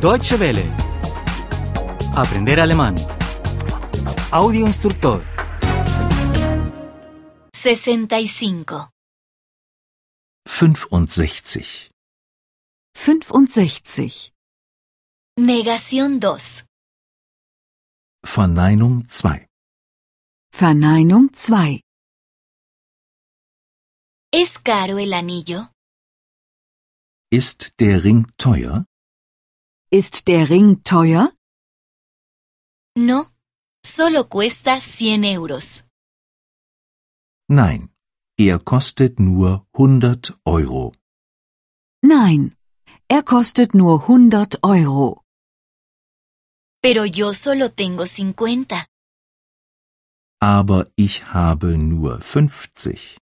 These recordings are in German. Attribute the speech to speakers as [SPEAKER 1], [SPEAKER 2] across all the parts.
[SPEAKER 1] Deutsche Welle. Aprender alemán. Audio instructor.
[SPEAKER 2] 65.
[SPEAKER 3] 65.
[SPEAKER 4] 65.
[SPEAKER 2] Negación 2.
[SPEAKER 3] Verneinung 2.
[SPEAKER 4] Verneinung 2.
[SPEAKER 2] ¿Es caro el anillo?
[SPEAKER 3] Ist der Ring teuer?
[SPEAKER 4] Ist der Ring teuer?
[SPEAKER 2] No. Solo cuesta 100 euros.
[SPEAKER 3] Nein. Er kostet nur 100 Euro.
[SPEAKER 4] Nein. Er kostet nur 100 Euro.
[SPEAKER 2] Pero yo solo tengo 50.
[SPEAKER 3] Aber ich habe nur 50.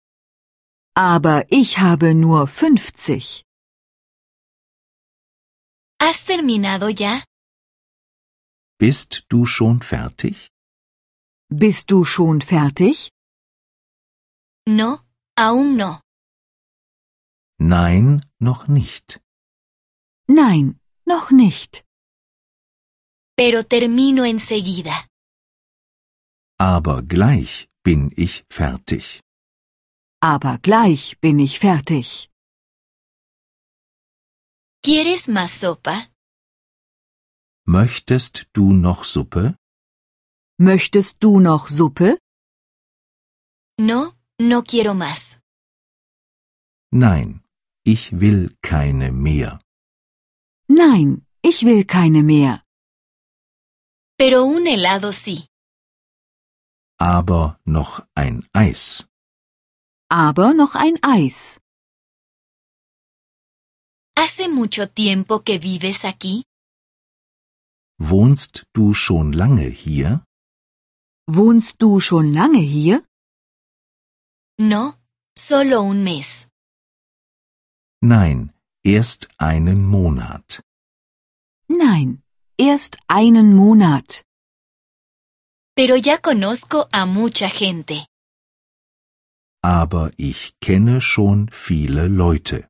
[SPEAKER 4] Aber ich habe nur 50.
[SPEAKER 2] ¿Has terminado ya?
[SPEAKER 3] Bist du schon fertig?
[SPEAKER 4] Bist du schon fertig?
[SPEAKER 2] No, aún no.
[SPEAKER 3] Nein, noch nicht.
[SPEAKER 4] Nein, noch nicht.
[SPEAKER 2] Pero termino enseguida.
[SPEAKER 3] Aber gleich bin ich fertig.
[SPEAKER 4] Aber gleich bin ich fertig.
[SPEAKER 2] ¿Quieres más sopa?
[SPEAKER 3] Möchtest du noch Suppe?
[SPEAKER 4] Möchtest du noch Suppe?
[SPEAKER 2] No, no quiero más.
[SPEAKER 3] Nein, ich will keine mehr.
[SPEAKER 4] Nein, ich will keine mehr.
[SPEAKER 2] Pero un helado sí.
[SPEAKER 3] Aber noch ein Eis.
[SPEAKER 4] Aber noch ein Eis.
[SPEAKER 2] ¿Hace mucho tiempo que vives aquí?
[SPEAKER 3] Wohnst du schon lange hier?
[SPEAKER 4] Wohnst du schon lange hier?
[SPEAKER 2] No, solo un mes.
[SPEAKER 3] Nein, erst einen Monat.
[SPEAKER 4] Nein. Erst einen Monat.
[SPEAKER 2] Pero ya conozco a mucha gente.
[SPEAKER 3] Aber ich kenne schon viele Leute.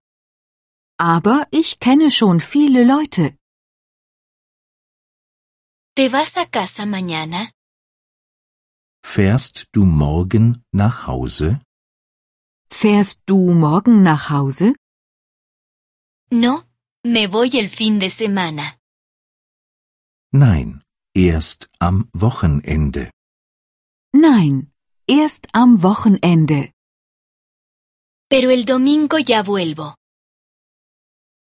[SPEAKER 4] Aber ich kenne schon viele Leute.
[SPEAKER 2] ¿Te vas a casa mañana?
[SPEAKER 3] Fährst du morgen nach Hause?
[SPEAKER 4] Fährst du morgen nach Hause?
[SPEAKER 2] No, me voy el fin de semana.
[SPEAKER 3] Nein, erst am Wochenende.
[SPEAKER 4] Nein, erst am Wochenende.
[SPEAKER 2] Pero el domingo ya vuelvo.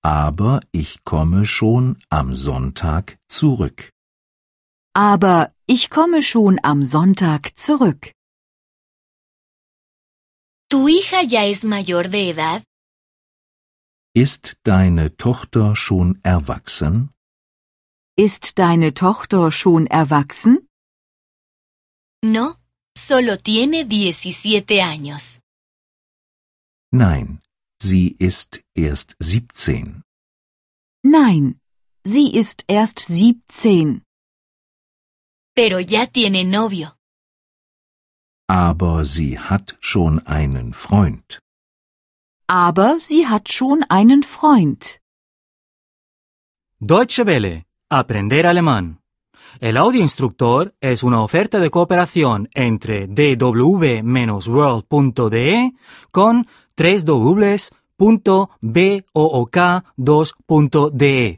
[SPEAKER 3] Aber ich komme schon am Sonntag zurück.
[SPEAKER 4] Aber ich komme schon am Sonntag zurück.
[SPEAKER 2] ¿Tu hija ya es mayor de edad?
[SPEAKER 3] Ist deine Tochter schon erwachsen?
[SPEAKER 4] Ist deine Tochter schon erwachsen?
[SPEAKER 2] No, solo tiene 17 años.
[SPEAKER 3] Nein, sie ist erst 17.
[SPEAKER 4] Nein, sie ist erst 17,
[SPEAKER 2] Pero ya tiene novio.
[SPEAKER 3] Aber sie hat schon einen Freund.
[SPEAKER 4] aber sie hat schon einen Freund.
[SPEAKER 1] Deutsche Welle. Aprender alemán. El audio instructor es una oferta de cooperación entre dw-world.de con 3 2de